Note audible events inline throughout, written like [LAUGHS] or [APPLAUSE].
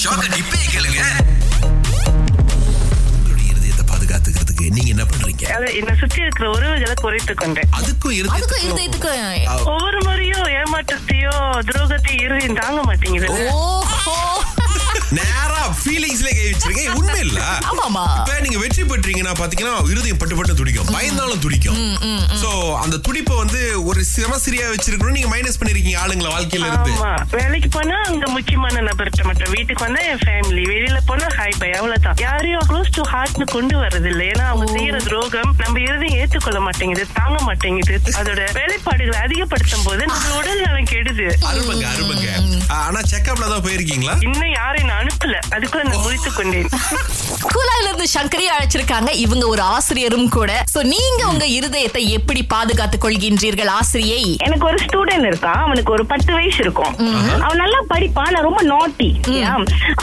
ஷாக்க இப்பயே கேளுங்க உங்களுடைய இருதயத்தை பாதுகாத்துக்கிறதுக்கு நீங்க என்ன பண்றீங்க அதை என்னை சுத்தி இருக்கிற உறவுகளை குறைத்துக் கொண்டேன் அதுக்கும் அதுக்கும் இருதயத்துக்கும் இருதயத்துக்கும் ஒவ்வொரு முறையும் ஏமாற்றத்தையோ துரோகத்தையும் இருதயம் தாங்க மாட்டேங்குது ஓஹோ நேரா ஃபீலிங்ஸ்ல கேவிச்சிருக்கேன் உண்மை இல்ல ஆமாமா. இப்ப நீங்க வெற்றி பெற்றீங்கன்னா பாத்தீங்கன்னா இருதயம் பட்டு பட்டு துடிக்கும் பயந்தாலும் துடிக்கும் சோ அந்த துடிப்பை வந்து ஒரு சிரமசிரியா வச்சிருக்கணும் நீங்க மைனஸ் பண்ணிருக்கீங்க ஆளுங்களை வாழ்க்கையில இருந்து ஆமா வேலைக்கு போனா அங்க முக்கியமான நபர்கிட்ட மட்டும் வீட்டுக்கு வந்தா என் ஃபேமிலி வெளியில போனா ஹாய் பை அவ்வளவுதான் யாரையும் க்ளோஸ் டு ஹார்ட்னு கொண்டு வர்றது இல்ல ஏன்னா அவங்க செய்யற துரோகம் நம்ம இருதயம் ஏத்துக்கொள்ள மாட்டேங்குது தாங்க மாட்டேங்குது அதோட வேலைப்பாடுகளை அதிகப்படுத்தும் போது நம்ம உடல் நலம் கெடுது அருமைங்க அருமைங்க ஆனா செக்அப்ல தான் போயிருக்கீங்களா இன்னும் யாரையும் நான் அனுப்பல அதுக்குள்ள நான் முடித்துக் கொண்டேன் குழாயில இருந்து சங்கரியை அழைச்சிருக்காங்க இவங்க ஒரு ஆசிரியரும் கூட சோ நீங்க உங்க இருதயத்தை எப்படி பாதுகாத்துக் கொள்கின்றீர்கள் ஆசிரியை எனக்கு ஒரு ஸ்டூடெண்ட் இருக்கான் அவனுக்கு ஒரு பத்து வயசு இருக்கும் அவன் நல்லா படிப்பான் நான் ரொம்ப நாட்டி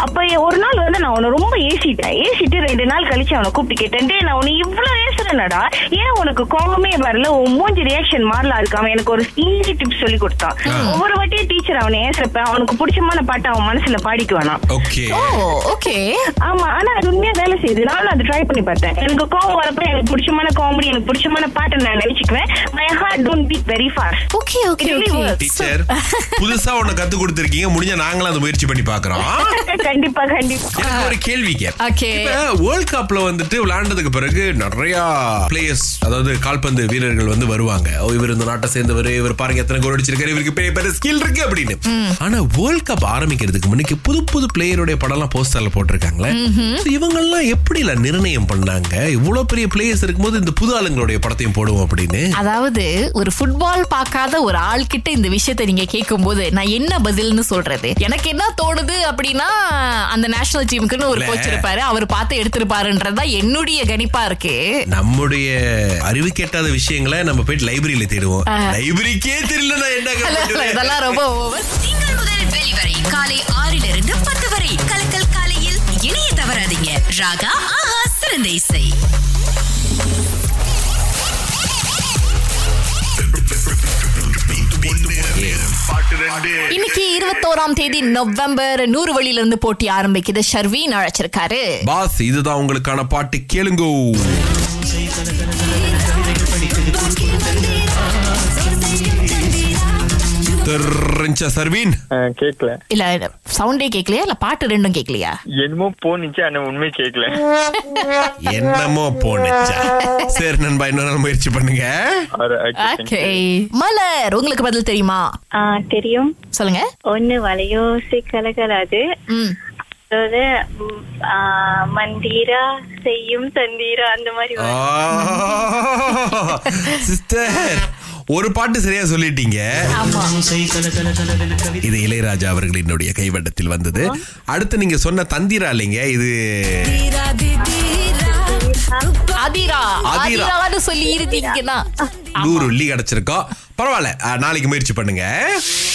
அப்ப ஒரு நாள் வந்து நான் அவனை ரொம்ப ஏசிட்டேன் ஏசிட்டு ரெண்டு நாள் கழிச்சு அவனை கூப்பிட்டு கேட்டேன் "டேய், நான் உன்னை இவ்வளவு ஏசுறேனடா ஏன் உனக்கு கோபமே வரல உன் மூஞ்சி ரியாக்ஷன் மாறல இருக்கு அவன் எனக்கு ஒரு ஈஸி டிப் சொல்லி கொடுத்தான் ஒவ்வொரு வாட்டியும் டீச்சர் அவனை ஏசுறப்ப அவனுக்கு பிடிச்சமான பாட்டை அவன் மனசுல பாடிக்கு வேணாம் ஓகே ஓ ஓகே ஆமா ஆனா அது உண்மையா வேலை செய்யுது நானும் அதை ட்ரை பண்ணி பார்த்தேன் எனக்கு கோவம் வரப்ப எனக்கு பிடிச்சமான காமெடி எனக்கு பிடிச்சமான பாட்டை நான் நினைச்சுக்குவேன் my heart don't beat very fast okay okay Really okay works. Teacher புதுசா ஒண்ணு கத்து கொடுத்திருக்கீங்க முடிஞ்ச நாங்களும் அதை முயற்சி பண்ணி பாக்குறோம் கண்டிப்பா கண்டிப்பா எனக்கு ஒரு கேள்விங்க Okay. வேர்ல்ட் கப்ல வந்துட்டு விளையாண்டதுக்கு பிறகு நிறைய பிளேயர்ஸ் அதாவது கால்பந்து வீரர்கள் வந்து வருவாங்க ஓ, இவர் இந்த நாட்டை சேர்ந்தவர் இவர் பாருங்க எத்தனை கோல் அடிச்சிருக்காரு இவருக்கு பெரிய பெரிய ஸ்கில் இருக்கு அப்படின்னு ஆனா வேர்ல்ட் கப் ஆரம்பிக்கிறதுக்கு முன்னாடி புது புது பிளேயருடைய படம்லாம் போஸ்டர்ல போட்டிருக்காங்களே So, இவங்கெல்லாம் எப்படி இல்ல நிர்ணயம் பண்ணாங்க இவ்வளவு பெரிய பிளேயர்ஸ் இருக்கும்போது இந்த புது ஆளுங்களுடைய படத்தையும் போடுவோம் அப்படின்னு அதாவது ஒரு ஃபுட்பால் பார்க்காத ஒரு ஆள் கிட்ட இந்த விஷயத்தை நீங்க கேட்கும்போது நான் என்ன பதில்னு சொல்றது எனக்கு என்ன தோணுது அப்படின்னா அந்த நேஷனல் டீமுக்குன்னு ஒரு இல்ல. கோச் இருப்பாரு அவர் பார்த்து எடுத்திருப்பாருன்றதுதான் என்னுடைய கணிப்பா [LAUGHS] இருக்கு நம்முடைய அறிவு கேட்டாத விஷயங்களை நம்ம போயிட்டு லைப்ரரியில தேடுவோம் லைப்ரரிக்கே தெரியல என்ன இதெல்லாம் ரொம்ப over. திங்கள் முதல் வெளிவரை காலை ஆறிலிருந்து பத்து வரை கலக்கல் காலையில் இணைய தவறாதீங்க ராகா ஆஹா சிறந்த இசை இன்னைக்கு இருபத்தோராம் தேதி நவம்பர் நூறு வழியில இருந்து போட்டி ஆரம்பிக்குது ஷர்வீன் அழைச்சிருக்காரு பாஸ் இதுதான் உங்களுக்கான பாட்டு கேளுங்கோ தெரிஞ்ச சர்வீன் ஆ, கேக்கல இல்ல சவுண்டே கேட்கலையா இல்ல பாட்டு ரெண்டும் கேட்கலையா என்னமோ போனிச்சு ஆனா உண்மை கேக்கல என்னமோ போனச்சா சரி நண்பா இன்னொரு நாள் முயற்சி பண்ணுங்க ஆறு, okay, thank okay you. Malar உங்களுக்கு பதில் தெரியுமா ஆ தெரியும் சொல்லுங்க ஒண்ணு வலையோசை கலகலாது ம் அதாவது ம், ஆ, மந்தீரா செய்யும் தந்தீரா அந்த மாதிரி வரும். சிஸ்டர் ஒரு பாட்டு சரியா சொல்லிட்டீங்க ஆமா இது இளையராஜா அவர்களினுடைய கைவட்டத்தில் வந்தது அடுத்து நீங்க சொன்ன தந்திரா இல்லைங்க இது அதிரா அதிரா. அதிரான்னு சொல்லி இருந்தீங்கன்னா நூறு உள்ளி கிடைச்சிருக்கோம் பரவாயில்ல அஹ், நாளைக்கு முயற்சி பண்ணுங்க